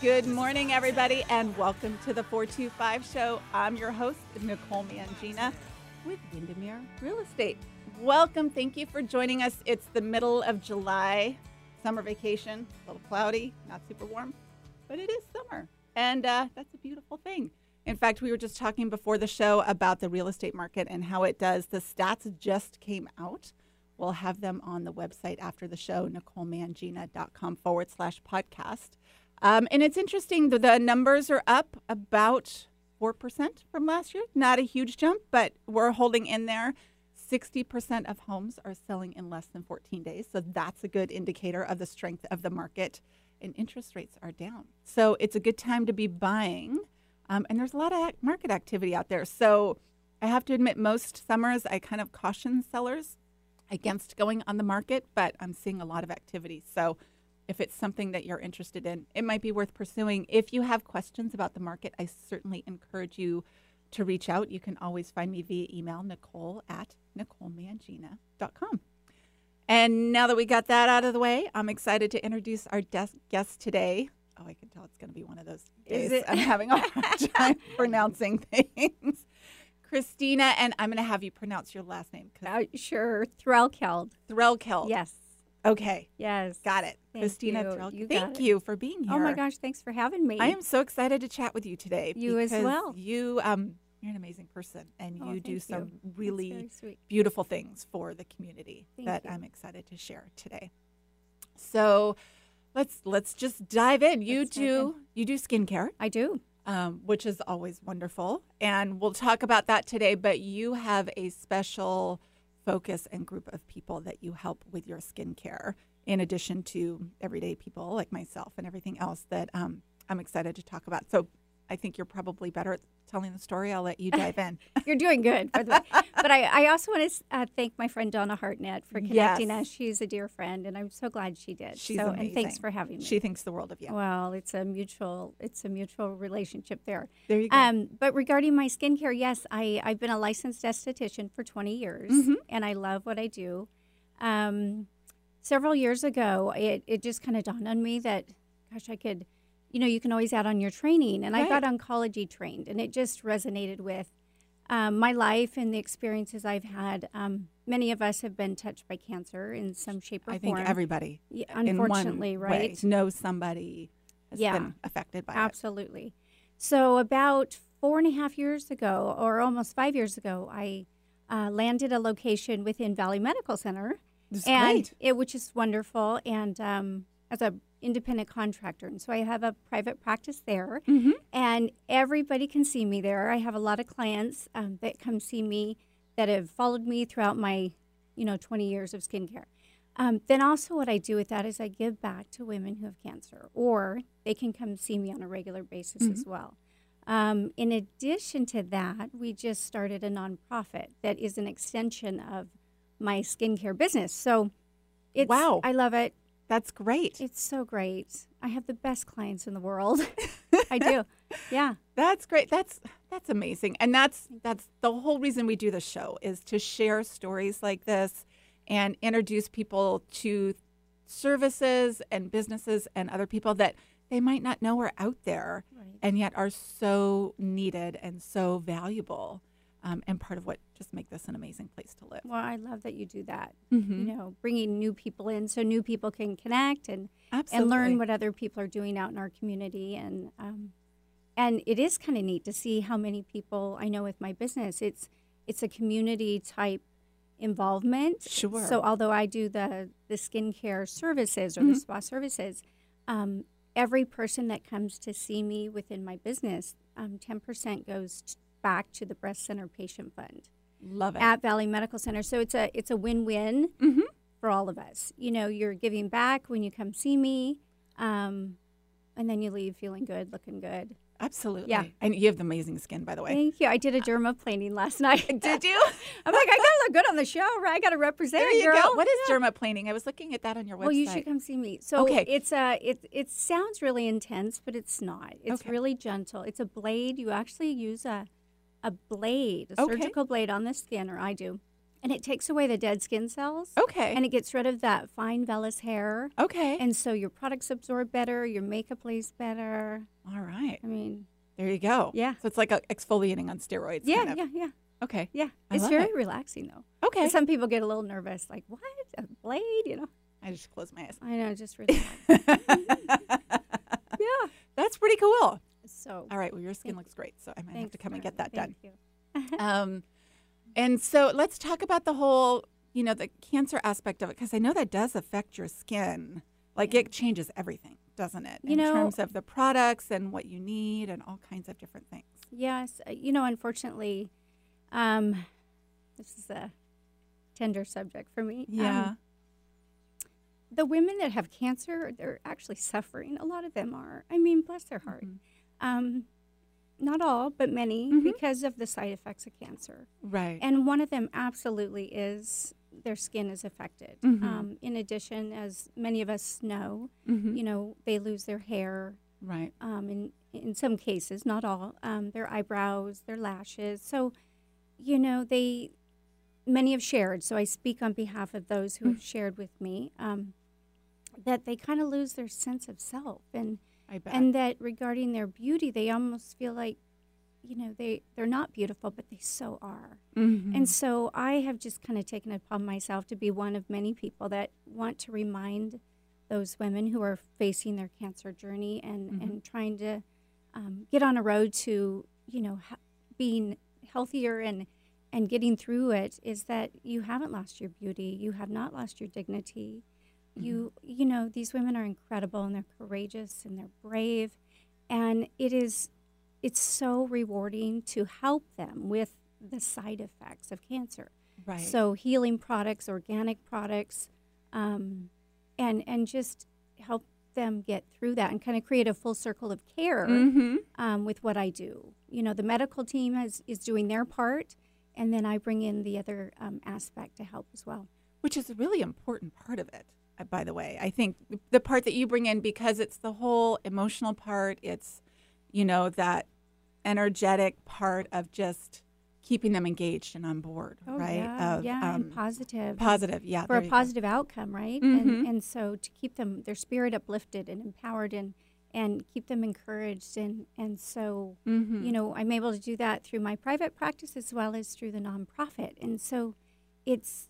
Good morning, everybody, and welcome to the 425 Show. I'm your host, Nicole Mangina with Windermere Real Estate. Welcome. Thank you for joining us. It's the middle of July, summer vacation, a little cloudy, not super warm, but it is summer, and uh, that's a beautiful thing. In fact, we were just talking before the show about the real estate market and how it does. The stats just came out. We'll have them on the website after the show, nicolemangina.com forward slash podcast. Um, and it's interesting, the, the numbers are up about 4% from last year. Not a huge jump, but we're holding in there. 60% of homes are selling in less than 14 days. So that's a good indicator of the strength of the market. And interest rates are down. So it's a good time to be buying. Um, and there's a lot of ac- market activity out there. So I have to admit, most summers I kind of caution sellers against going on the market, but I'm seeing a lot of activity. So if it's something that you're interested in, it might be worth pursuing. If you have questions about the market, I certainly encourage you to reach out. You can always find me via email, nicole at nicolemangina.com. And now that we got that out of the way, I'm excited to introduce our des- guest today. Oh, I can tell it's going to be one of those days. Is it? I'm having a hard time pronouncing things. Christina, and I'm going to have you pronounce your last name. 'cause Uh, sure, Threlkeld. Threlkeld. Yes, Okay. yes. Oh. Got it. Thank Christina you. Threlkeld. You got Thank it. you for being here. Oh my gosh, thanks for having me. I am so excited to chat with you today. You as because well. You um you're an amazing person and Oh, you do thank some you. That's really very sweet. beautiful things for the community Thank that you. I'm excited to share today. So let's let's just dive in. You Let's dive do you do skincare, I do. um, which is always wonderful, and we'll talk about that today. But you have a special focus and group of people that you help with your skincare, in addition to everyday people like myself and everything else that um, I'm excited to talk about. So I think you're probably better at telling the story. I'll let you dive in. You're doing good, by the way. but I, I also want to uh, thank my friend Donna Hartnett for connecting Yes. us. She's a dear friend, and I'm so glad she did. She's so, amazing. and thanks for having me. She thinks the world of you. well, it's a mutual, it's a mutual relationship there. There you go. Um, but regarding my skincare, yes, I, I've been a licensed esthetician for 20 years Mhm. and I love what I do. Um, several years ago, it, it just kind of dawned on me that, gosh, I could, you know, you can always add on your training. And I got oncology trained and it just resonated with um, my life and the experiences I've had. Um, many of us have been touched by cancer in some shape or I think form. everybody, Yeah, in one unfortunately, way, right? knows somebody has Yeah. been affected by it. Absolutely. So about four and a half years ago, or almost five years ago, I uh, landed a location within Valley Medical Center, It's and great. it which is wonderful. And um, as a independent contractor, and so I have a private practice there, Mhm. and everybody can see me there. I have a lot of clients um, that come see me that have followed me throughout my, you know, 20 years of skincare. Um, then also, what I do with that is I give back to women who have cancer, or they can come see me on a regular basis as well. Um, in addition to that, we just started a nonprofit that is an extension of my skincare business. So, it's Wow. I love it. That's great. It's so great. I have the best clients in the world. I do. Yeah. That's great. That's that's amazing. And that's that's the whole reason we do the show is to share stories like this and introduce people to services and businesses and other people that they might not know are out there Right. and yet are so needed and so valuable um, and part of what just make this an amazing place to live. Well, I love that you do that. Mhm. You know, bringing new people in so new people can connect and Absolutely. and learn what other people are doing out in our community. And um, and it is kind of neat to see how many people I know with my business. It's it's a community type involvement. Sure. So although I do the the skincare services or Mm-hmm. the spa services, um, every person that comes to see me within my business, um, ten percent goes t- back to the breast center patient fund love it. at Valley Medical Center. So it's a it's a win win Mhm. for all of us. You know, you're giving back when you come see me, um, and then you leave feeling good, looking good. Absolutely. And you have amazing skin, by the way. Thank you. I did a dermaplaning last night. Did you? I'm like, I gotta look good on the show, right? I gotta represent. There you girl. go. What is dermaplaning? I was looking at that on your website. Well, you should come see me. So Okay. it's a it it sounds really intense, but it's not. It's Okay. really gentle. It's a blade. You actually use a a blade, a Okay. surgical blade on the skin, or I do, and it takes away the dead skin cells. Okay. And it gets rid of that fine vellus hair. okay. And so your products absorb better, your makeup lays better. All right. I mean, There you go. Yeah. So it's like a exfoliating on steroids. yeah, kind of. yeah, yeah, Okay. yeah. I It's love very it. relaxing though. Okay. And some people get a little nervous, like, what? A blade? You know, I just closed my eyes. I know, just relax. yeah. That's pretty cool. So, All right. Well, your skin Thank- looks great, so I might have thanks, to come and Carla. get that done. Thank you. Um, and so let's talk about the whole, you know, the cancer aspect of it, because I know that does affect your skin. Like it changes everything, doesn't it? You in know- terms of the products and what you need and all kinds of different things. Yes, uh, you know, unfortunately, um, this is a tender subject for me. Um, the women that have cancer, they're actually suffering. A lot of them are. I mean, bless their heart. Mhm. Um, not all, but many, Mhm. because of the side effects of cancer. right. And one of them absolutely is their skin is affected. Mhm. Um, in addition, as many of us know, Mhm. you know, they lose their hair, Right. um, in in some cases, not all, um, their eyebrows, their lashes. So, you know, they many have shared. So I speak on behalf of those who have shared with me um, that they kind of lose their sense of self, and I bet. and that regarding their beauty, they almost feel like, you know, they they're not beautiful, but they so are. Mhm. And so I have just kind of taken it upon myself to be one of many people that want to remind those women who are facing their cancer journey and, Mhm. and trying to um, get on a road to, you know, ha- being healthier and, and getting through it is that you haven't lost your beauty. You have not lost your dignity. You, you know, these women are incredible and they're courageous and they're brave. And it is it's so rewarding to help them with the side effects of cancer. right. So healing products, organic products, um, and and just help them get through that and kind of create a full circle of care Mhm. um, with what I do. You know, the medical team is is doing their part, and then I bring in the other um, aspect to help as well. which is a really important part of it uh, by the way i think the part that you bring in because it's the whole emotional part it's you know that energetic part of just keeping them engaged and on board right Oh, yeah, of yeah, um, and positive. positive yeah for there a you go. positive outcome, right? Mhm. And, and so to keep them their spirit uplifted and empowered and and keep them encouraged and and so Mhm. you know I'm able to do that through my private practice as well as through the nonprofit. And so it's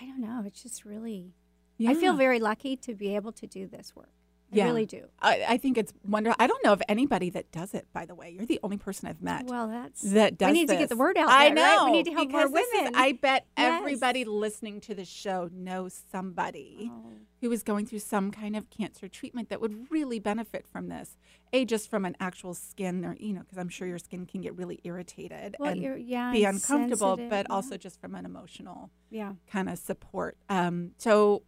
I don't know, it's just really I feel Yeah. very lucky to be able to do this work. I Yeah. really do. I, I think it's wonderful i don't know of anybody that does it by the way you're the only person i've met Well, that's that does we need to get this. the word out. I there, right? know. We need to help more because this is- women. I bet Yes. everybody listening to the show knows somebody. Oh. who is going through some kind of cancer treatment that would really benefit from this. A, just from an actual skin, or you know, because I'm sure your skin can get really irritated Well, and you're, yeah, be and uncomfortable, sensitive, but yeah. also just from an emotional yeah. kind of support. Um, so,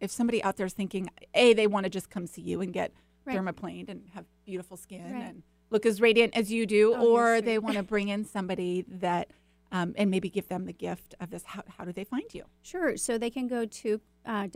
if somebody out there's thinking, A, they want to just come see you and get Right. dermaplaned and have beautiful skin Right. and look as radiant as you do, Oh, you're or sweet. they want to bring in somebody that, um, and maybe give them the gift of this, how, how do they find you? Sure. So they can go to uh,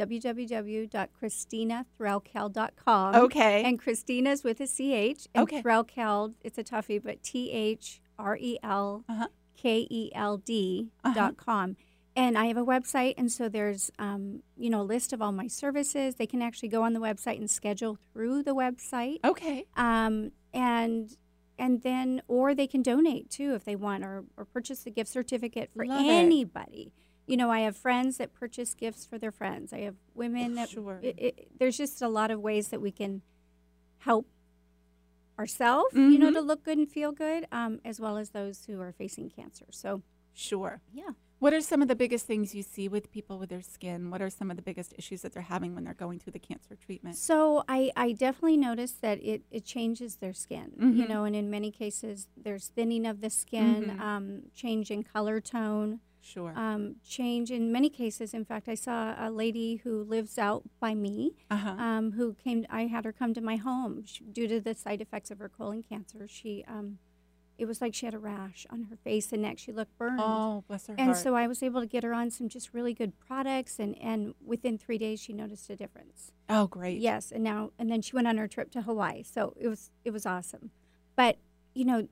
www.christinathrelkel.com. Okay. Um, And Christina's with a CH. And Okay. Threlkeld, it's a toughie, but T H R E L Uh-huh. K E L D dot com. And I have a website, and so there's, um, you know, a list of all my services. They can actually go on the website and schedule through the website Okay. um, and and then or they can donate too if they want or, or purchase the gift certificate for Love it. anybody you know i have friends that purchase gifts for their friends i have women that Sure. it, it, there's just a lot of ways that we can help ourselves you know Mhm. to look good and feel good um, as well as those who are facing cancer so Sure. yeah What are some of the biggest things you see with people with their skin? What are some of the biggest issues that they're having when they're going through the cancer treatment? So I, I definitely noticed that it, it changes their skin, you Mhm. know, and in many cases there's thinning of the skin, Mhm. um, change in color tone, Sure. um, change in many cases. In fact, I saw a lady who lives out by me Uh huh. um, who came, I had her come to my home she, due to the side effects of her colon cancer. She, um, it was like she had a rash on her face and neck. She looked burned. Oh, bless her And heart. so I was able to get her on some just really good products, and, and within three days she noticed a difference. oh, great. Yes, and now and then she went on her trip to Hawaii, so it was it was awesome. But you know,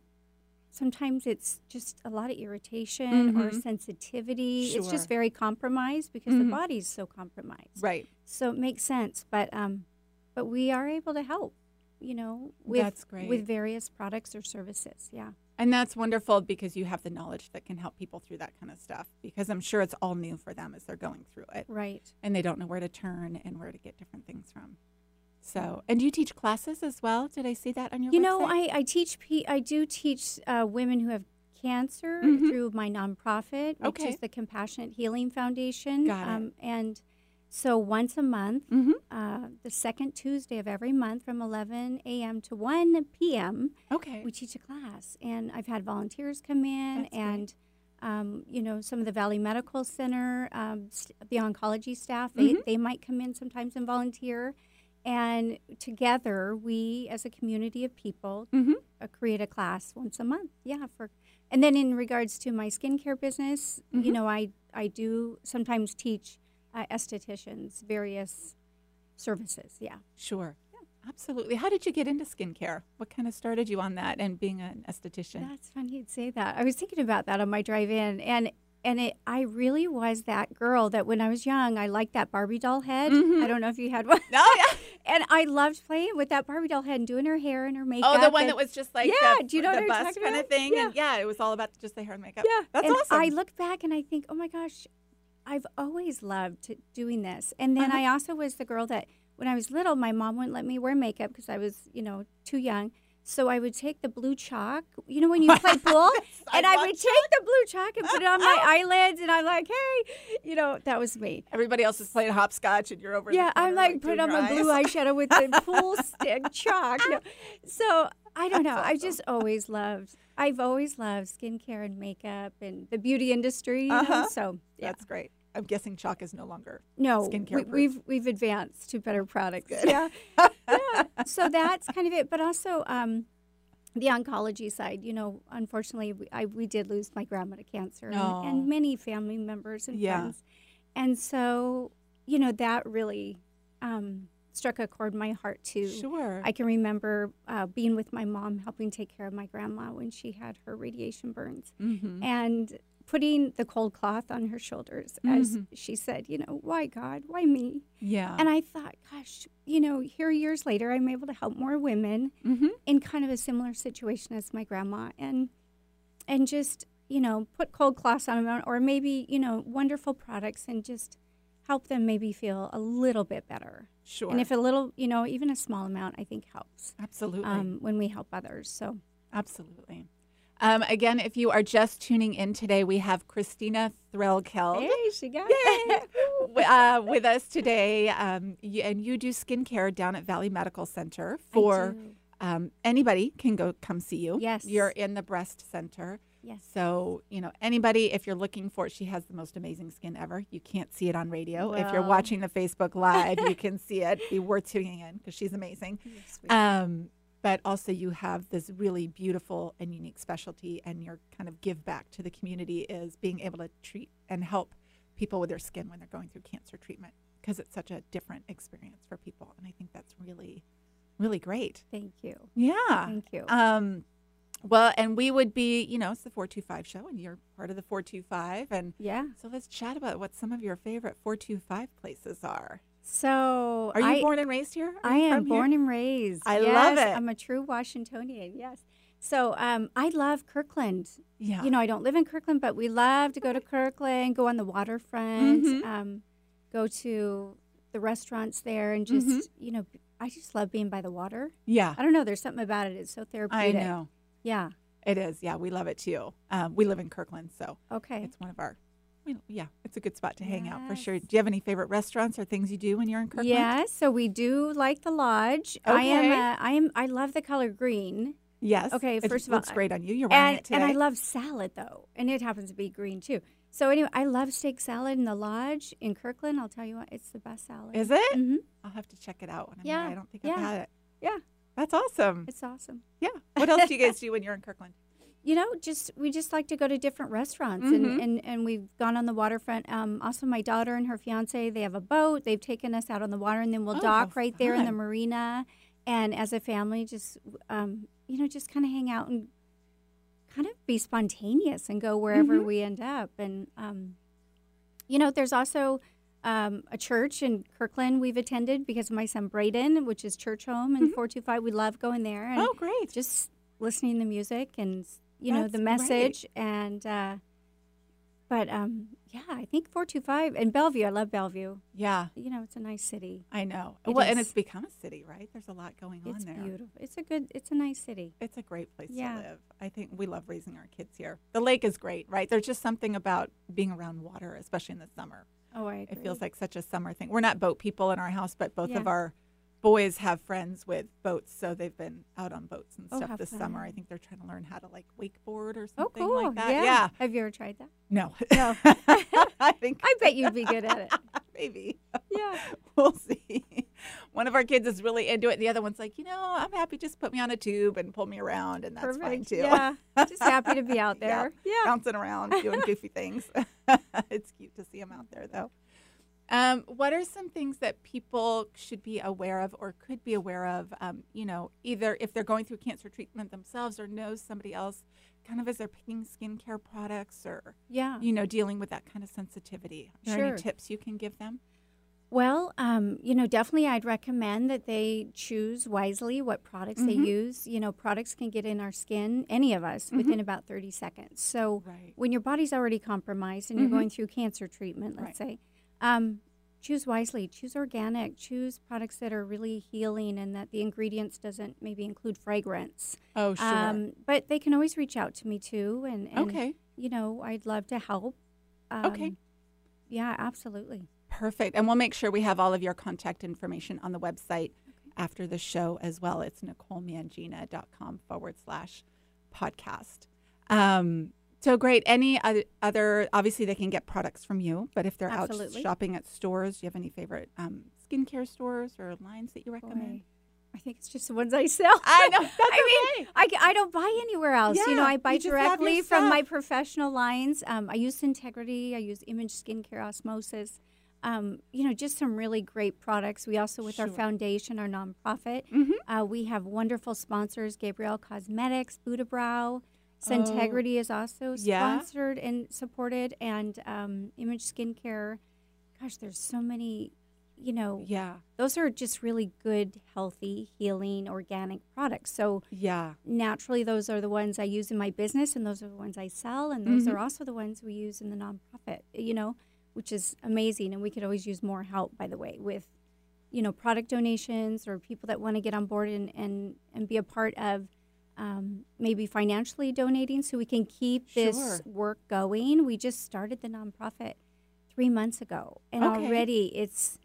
sometimes it's just a lot of irritation or Mhm. sensitivity. It's Sure. just very compromised because Mhm. the body's so compromised. Right. So it makes sense, but um, but we are able to help, you know, with That's great. with various products or services. Yeah, And that's wonderful because you have the knowledge that can help people through that kind of stuff because I'm sure it's all new for them as they're going through it right. and they don't know where to turn and where to get different things from. So, and do you teach classes as well? Did I see that on your You website? know, I, I teach pe- I do teach uh, women who have cancer Mhm. through my nonprofit, which Okay. is the Compassionate Healing Foundation. um, Got it. and so once a month, Mhm. uh, the second Tuesday of every month from 11 a.m. to 1 p.m., Okay. we teach a class. And I've had volunteers come in That's great. and. Um, you know, some of the Valley Medical Center, um, st- the oncology staff, they, Mm-hmm. they might come in sometimes and volunteer. And together, we as a community of people Mhm. uh, create a class once a month. Yeah, for and then in regards to my skincare business, Mm-hmm. you know, I I do sometimes teach uh, estheticians various services. Yeah. Sure. Absolutely. How did you get into skincare? What kind of started you on that and being an esthetician? That's funny you'd say that. I was thinking about that on my drive in, and and it I really was that girl that when I was young I liked that Barbie doll head. Mhm. I don't know if you had one, No, yeah. and I loved playing with that Barbie doll head and doing her hair and her makeup. Oh, the one and- that was just like Yeah, the, do you know the what bust I'm talking kind of about? thing? And yeah, it was all about just the hair and makeup. Yeah, That's and awesome. I look back and I think, oh my gosh, I've always loved t- doing this. And then Uh-huh. I also was the girl that when I was little, my mom wouldn't let me wear makeup because I was, you know, too young. So I would take the blue chalk, you know, when you play pool, and I Sidewalk would take the blue chalk and put it on my eyelids, and I'm like, hey, you know, that was me. Everybody else is playing hopscotch, and you're over. in the Yeah, I'm corner, like, put doing on your my blue eyes. eyeshadow with the pool stick chalk. No. So I don't know. I just always loved. I've always loved skincare and makeup and the beauty industry. you know, Uh-huh. So yeah, That's great. I'm guessing chalk is no longer. no, skincare we, proof. we've we've advanced to better products. Yeah, yeah. So that's kind of it. But also. Um, the oncology side, you know, unfortunately, we, I, we did lose my grandma to cancer and, Oh. and many family members and Yeah. friends. And so, you know, that really um, struck a chord in my heart too. Sure. I can remember uh, being with my mom helping take care of my grandma when she had her radiation burns mm-hmm. and putting the cold cloth on her shoulders as Mm-hmm. she said, you know, why God, why me? Yeah. And I thought, gosh, you know, here years later, I'm able to help more women mm-hmm. in kind of a similar situation as my grandma and and just, you know, put cold cloths on them or maybe, you know, wonderful products and just help them maybe feel a little bit better. Sure. And if a little, you know, even a small amount, I think helps Absolutely. um, when we help others. So Absolutely. Um, again, if you are just tuning in today, we have Christina Threlkeld. she got Yay! w- uh, with us today, um, you, and you do skincare down at Valley Medical Center for um, anybody can go come see you. Yes. you're in the breast center, yes, so you know anybody if you're looking for it. She has the most amazing skin ever. You can't see it on radio. if you're Well. watching the Facebook Live, you can see it. Be worth tuning in because she's amazing. yes we- Um, but also, you have this really beautiful and unique specialty, and your kind of give back to the community is being able to treat and help people with their skin when they're going through cancer treatment because it's such a different experience for people. And I think that's really, really great. thank you, Yeah. thank you. Um, well, and we would be, you know, it's the 425 show, and you're part of the 425. And yeah. so let's chat about what some of your favorite 425 places are. So Are you I, born and raised here? Are I you am from here? born and raised. I yes, love it. I'm a true Washingtonian. Yes. So um, I love Kirkland. Yeah. You know, I don't live in Kirkland, but we love to go to Kirkland, go on the waterfront, Mhm. um, go to the restaurants there, and just Mm-hmm. you know, I just love being by the water. yeah. I don't know. There's something about it. It's so I therapeutic. know. Yeah. It is. Yeah, we love it too. Um, we live in Kirkland, so Okay. it's one of our. We, yeah, it's a good spot to hang out for sure. Do Yes. you have any favorite restaurants or things you do when you're in Kirkland? Yeah, so we do like the lodge. I am. Okay. A, I am. I love the color green, Yes. Okay, It first of all, looks great on you. You're wearing and it and I today. love salad though, and it happens to be green too. So anyway, I love steak salad in the lodge in Kirkland. I'll tell you what, it's the best salad. is it? hmm I'll have to check it out when I'm Yeah, there. I don't think I've yeah, had it. yeah. That's awesome. It's awesome. Yeah. What else do you guys do when you're in Kirkland? You know, just we just like to go to different restaurants, Mhm. and, and and we've gone on the waterfront. Um, also, my daughter and her fiance they have a boat. They've taken us out on the water, and then we'll Oh, how dock right there in the fun. marina. And as a family, just um, you know, just kind of hang out and kind of be spontaneous and go wherever Mhm. we end up. And, um, you know, there's also um, a church in Kirkland we've attended because of my son Braden, which is church home Mm-hmm. in 425. We love going there and Oh, great. just listening to the music and, you know, the That's great. message. And, uh, but um, yeah, I think 425 and Bellevue. I love Bellevue. Yeah, You know, it's a nice city. I know. It well, and is. it's become a city, right? There's a lot going on It's there. beautiful. It's a good, it's a nice city. It's a great place Yeah. to live. I think we love raising our kids here. The lake is great, right? There's just something about being around water, especially in the summer. Oh, I agree. It feels like such a summer thing. We're not boat people in our house, but both of Yeah. our boys have friends with boats, so they've been out on boats and Oh, stuff how this summer. I fun. think they're trying to learn how to like wakeboard or Oh, something cool. like that. Yeah. yeah. Have you ever tried that? No. No. I think I bet you'd be good at it. maybe. Yeah. We'll see. One of our kids is really into it. The other one's like, you know, I'm happy. Just put me on a tube and pull me around, and that's fine too. Yeah. Just happy to be out Yeah. there. Yeah. bouncing around doing goofy things. it's cute to see them out there, though. Um, what are some things that people should be aware of or could be aware of? Um, you know, either if they're going through cancer treatment themselves or knows somebody else, kind of as they're picking skincare products or Yeah. you know dealing with that kind of sensitivity. Are there Sure. any tips you can give them? Well, um, you know, definitely I'd recommend that they choose wisely what products Mhm. they use. You know, products can get in our skin, any of Mm-hmm. us, within about 30 seconds. So Right. when your body's already compromised and Mhm. you're going through cancer treatment, let's say, um, choose wisely. Choose organic. Choose products that are really healing and that the ingredients doesn't maybe include fragrance. Oh, sure. Um, but they can always reach out to me too, and, and okay. you know, I'd love to help. Um, Okay. Yeah, absolutely. Perfect. And we'll make sure we have all of your contact information on the website after the show as well. It's nicolemangina.com forward slash podcast. Um, so great. Any oth- other, obviously, they can get products from you, but if they're out Absolutely. s- shopping at stores, do you have any favorite um, skincare stores or lines that you recommend? Boy, I think it's just the ones I sell. I know. That's I okay. I, I don't buy anywhere else. you know, Yeah, I buy you just have your directly from my stuff. professional lines. Um, I use Integrity. I use Image Skincare Osmosis. Um, you know, just some really great products. We also, with our Sure. foundation, our nonprofit, Mhm. uh, we have wonderful sponsors: Gabrielle Cosmetics, Buddha Brow. Integrity is also Yeah. sponsored and supported, and um, Image Skincare. Gosh, there's so many. You know, Yeah. those are just really good, healthy, healing, organic products. So Yeah. naturally, those are the ones I use in my business, and those are the ones I sell, and those Mhm. are also the ones we use in the nonprofit. You know, which is amazing, and we could always use more help, by the way, with you know product donations or people that want to get on board and and and be a part of. Um, maybe financially donating so we can keep this Sure. work going. We just started the nonprofit three months ago, and Okay. already it's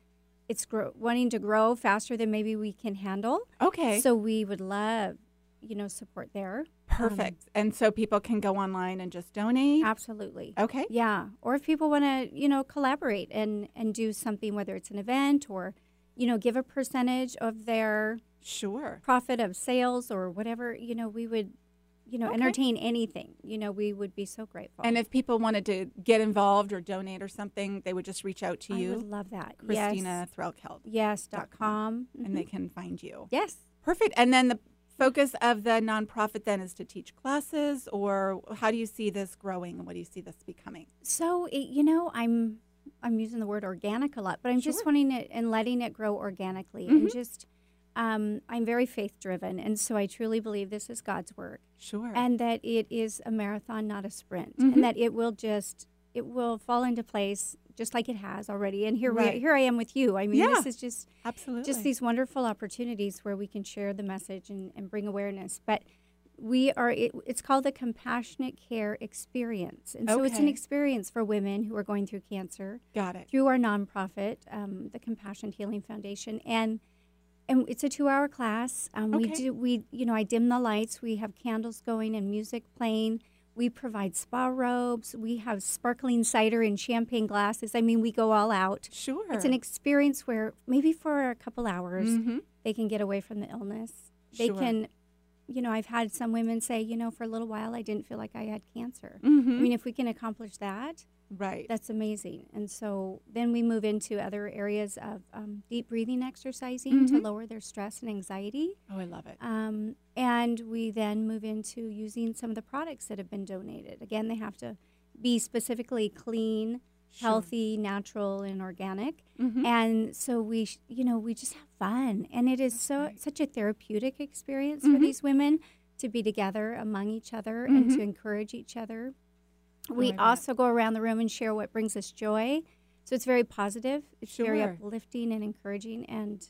it's grow- wanting to grow faster than maybe we can handle. Okay. So um, we would love, you know, support there. Perfect. and so people can go online and just donate. Absolutely. Okay. Yeah. Or if people want to, you know, collaborate and and do something, whether it's an event or, you know, give a percentage of their Sure. profit of sales or whatever, you know, we would, you know, Okay. entertain anything. You know, we would be so grateful. And if people wanted to get involved or donate or something, they would just reach out to I you, would love that. Christina Threlkeld, Yes. Yes. Dot dot com. and Mhm. they can find you. yes. Perfect. And then the focus of the nonprofit then is to teach classes, or how do you see this growing and what do you see this becoming? So it, you know, I'm I'm using the word organic a lot, but I'm Sure. Mm-hmm. just wanting it and letting it grow organically, and just um, I'm very faith driven, and so I truly believe this is God's work, Sure. and that it is a marathon, not a sprint, Mhm. and that it will just it will fall into place just like it has already. And here Right. we here I am with you. I mean, Yeah. this is just Absolutely. just these wonderful opportunities where we can share the message and, and bring awareness but we are it, it's called the compassionate care experience and so it's an Okay. experience for women who are going through cancer Got it. through our nonprofit um, the compassion healing foundation and and it's a two-hour class um, we Okay. do we you know i dim the lights we have candles going and music playing we provide spa robes we have sparkling cider and champagne glasses i mean we go all out Sure. it's an experience where maybe for a couple hours Mhm. they can get away from the illness. They Sure. can you know, I've had some women say, you know, for a little while I didn't feel like I had cancer. I Mm-hmm. mean, if we can accomplish that, right. that's amazing. And so then we move into other areas of um, deep breathing exercising to Mhm. lower their stress and anxiety. oh, I love it. Um, and we then move into using some of the products that have been donated. Again, they have to be specifically clean, Sure. healthy, natural, and organic. Mhm. And so we, sh- you know, we just have fun, and it is so right. such a therapeutic experience Mhm. for these women to be together among each other and to encourage each other. Mm-hmm. Oh, I We bet. also go around the room and share what brings us joy. So it's very positive. It's very Sure. uplifting and encouraging, and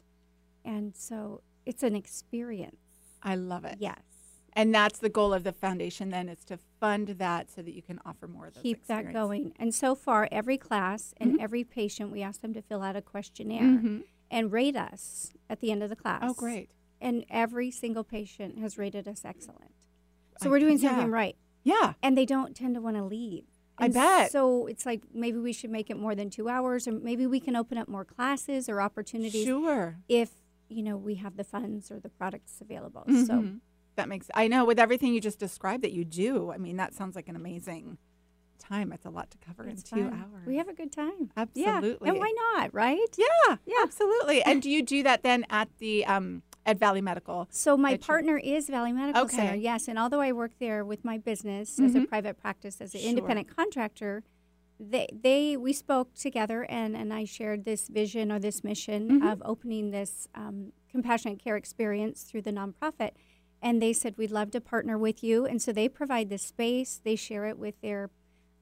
and so it's an experience. I love it. Yes. And that's the goal of the foundation then is to fund that so that you can offer more of those Keep that experiences. going. And so far, every class and Mm-hmm. every patient, we ask them to fill out a questionnaire Mhm. and rate us at the end of the class. Oh, great. And every single patient has rated us excellent. So I- we're doing yeah. something right. Yeah. And they don't tend to want to leave. I And bet. So it's like maybe we should make it more than two hours, or maybe we can open up more classes or opportunities Sure. if you know we have the funds or the products available. So Mhm. that makes I know with everything you just described that you do. I mean, that sounds like an amazing time. It's a lot to cover it's Mm-hmm. in two fun. hours. We have a good time. Yeah. Absolutely. And why not, right? yeah, Yeah. absolutely. And do you do that then at the um at Valley Medical? So my At your- partner is Valley Medical Center. Okay. Mm-hmm. Yes, and although I work there with my business as a private practice as an Sure. independent contractor, they they we spoke together and and I shared this vision or this mission Mm-hmm. of opening this um, compassionate care experience through the nonprofit. And they said we'd love to partner with you, and so they provide the space. They share it with their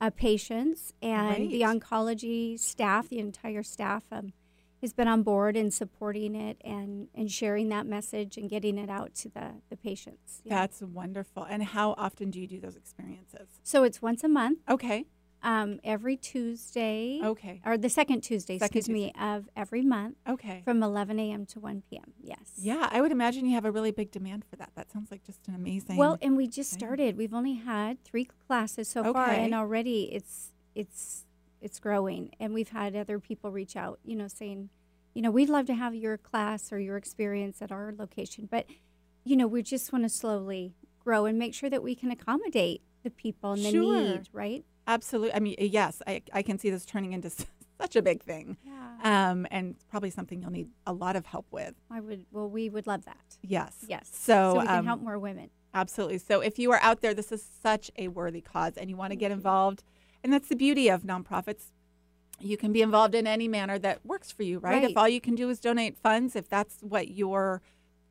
uh, patients and Great. the oncology staff, the entire staff. Um, has been on board and supporting it and, and sharing that message and getting it out to the, the patients. Yeah. That's wonderful. And how often do you do those experiences? So it's once a month, Okay. um, every Tuesday, Okay. or the second Tuesday, Oh. Second excuse me, of every month Okay. from 11 a.m. to 1 p.m. Yes. Yeah, I would imagine you have a really big demand for that. That sounds like just an amazing. Well, and we just Same. started. We've only had three classes so far, and Okay. already it's it's it's growing. And we've had other people reach out, you know, saying, you know, we'd love to have your class or your experience at our location, but you know, we just want to slowly grow and make sure that we can accommodate the people and the Sure. need, right? absolutely. I mean, yes, I, I can see this turning into such a big thing. Yeah. Um, and it's probably something you'll need a lot of help with. I would. Well, we would love that. Yes. Yes. So, so we can um, help more women. Absolutely. So if you are out there, this is such a worthy cause and you want to get involved. And that's the beauty of nonprofits. You can be involved in any manner that works for you, right? If Right. all you can do is donate funds, if that's what your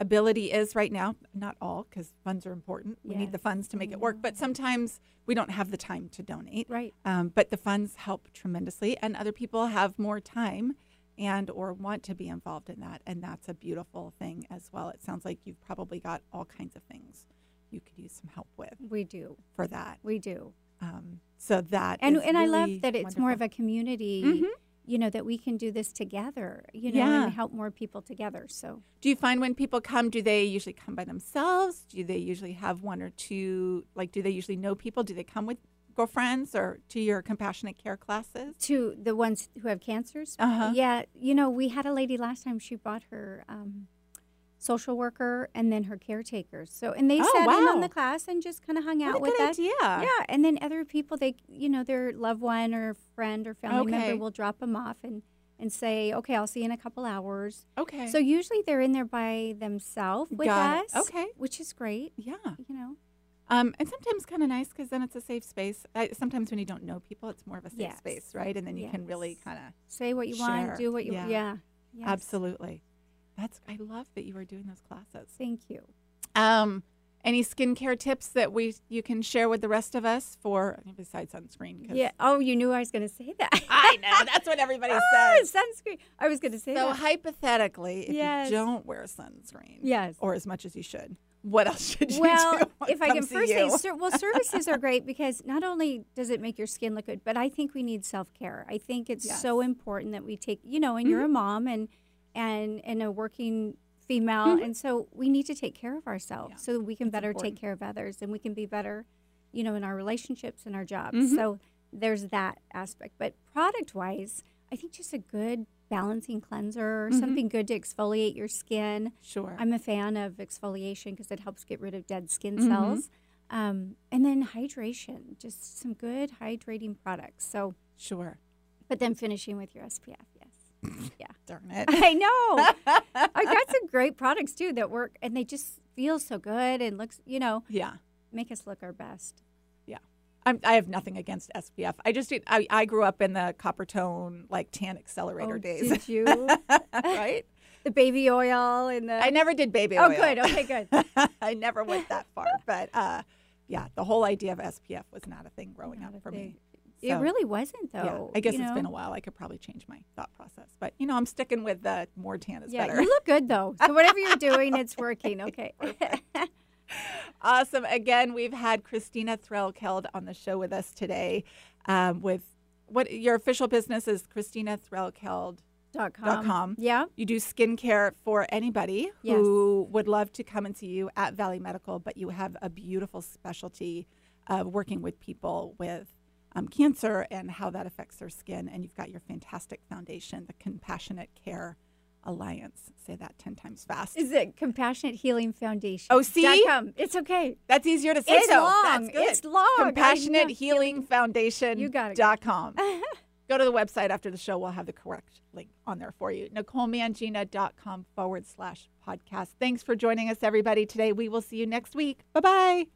ability is right now, not all, because funds are important. We need the Yes, funds to I make it work. But sometimes we don't have the time to donate. Right. Um, but the funds help tremendously, and other people have more time and or want to be involved in that, and that's a beautiful thing as well. It sounds like you've probably got all kinds of things you could use some help with We do. for that. We do. Um, so that and is and I love really that it's more of wonderful. a community. Mhm. You know that we can do this together. You know, Yeah. and help more people together. So Do you find when people come, do they usually come by themselves? Do they usually have one or two? Like, do they usually know people? Do they come with girlfriends or to your compassionate care classes? to the ones who have cancers, Uh-huh. yeah, you know, we had a lady last time. She brought her um, social worker and then her caretakers. So and they Oh, sat in on wow. the class and just kind of hung out what a with good us. idea! Yeah, and then other people, they you know, their loved one or friend or family Okay. member will drop them off and and say, okay, I'll see you in a couple hours. Okay. So usually they're in there by themselves with Got it. us. Okay. which is great. yeah. You know. Um, and sometimes kind of nice because then it's a safe space. I, sometimes when you don't know people, it's more of a safe Yes. space, right? And then you can really Yes. kind of say what you want, Share. do what you Yeah. yeah. yeah. Yes. absolutely. That's I love that you are doing those classes. Thank you. Um, any skincare tips that we you can share with the rest of us for besides sunscreen? 'cause Yeah. Oh, you knew I was going to say that. I know that's what everybody Ah, says. sunscreen. I was going to say So that. hypothetically, if Yes. you don't wear sunscreen, Yes. or as much as you should, what else should you do? Well, when it if I can comes to first say, you? ser- well, services are great because not only does it make your skin look good, but I think we need self care. I think it's Yes. Mm-hmm. so important that we take, you know, and you're a mom and and and a working female, and so we need to take care of ourselves Mm-hmm. Yeah, so that we can better important. take care of others and we can be better, you know, in our relationships and our jobs. Mhm. So there's that aspect, but product wise, I think just a good balancing cleanser or Mm-hmm. something good to exfoliate your skin. Sure. I'm a fan of exfoliation because it helps get rid of dead skin Mm-hmm. cells. Um, and then hydration, just some good hydrating products. So, sure. but then finishing with your SPF, yes. Yeah. Darn it. I know. I've got some great products too that work and they just feel so good and looks, you know, Yeah. make us look our best. I'm, I have nothing against SPF. I just did, I, I grew up in the copper tone like tan accelerator Oh, days, Did you? right? the baby oil and the I never did baby Oh oil. good. Okay, good. I never went that far, but uh, yeah, the whole idea of SPF was not a thing growing Not a up for thing. me. It So, really wasn't yeah, though. I guess you it's been know? a while. I could probably change my thought process, but you know, I'm sticking with the more tan is Yeah, better. you look good though. So whatever you're doing, it's working. Okay. Awesome. Again, we've had Christina Threlkeld on the show with us today. Um, with what your official business is, Christina Threlkeld. dot com. Dot com. Yeah. You do skincare for anybody Yes. who would love to come and see you at Valley Medical, but you have a beautiful specialty of working with people with um, cancer and how that affects their skin. And you've got your fantastic foundation, the Compassionate Care Alliance. Say that 10 times fast. Is it Compassionate Healing Foundation? Oh, see? Dot com. It's okay. That's easier to say, It's though. long. That's good. It's long. I Compassionate know. Healing Foundation. You got it. Dot com. Go to the website after the show. We'll have the correct link on there for you. NicoleMangina.com forward slash podcast. Thanks for joining us, everybody, today. We will see you next week. Bye bye.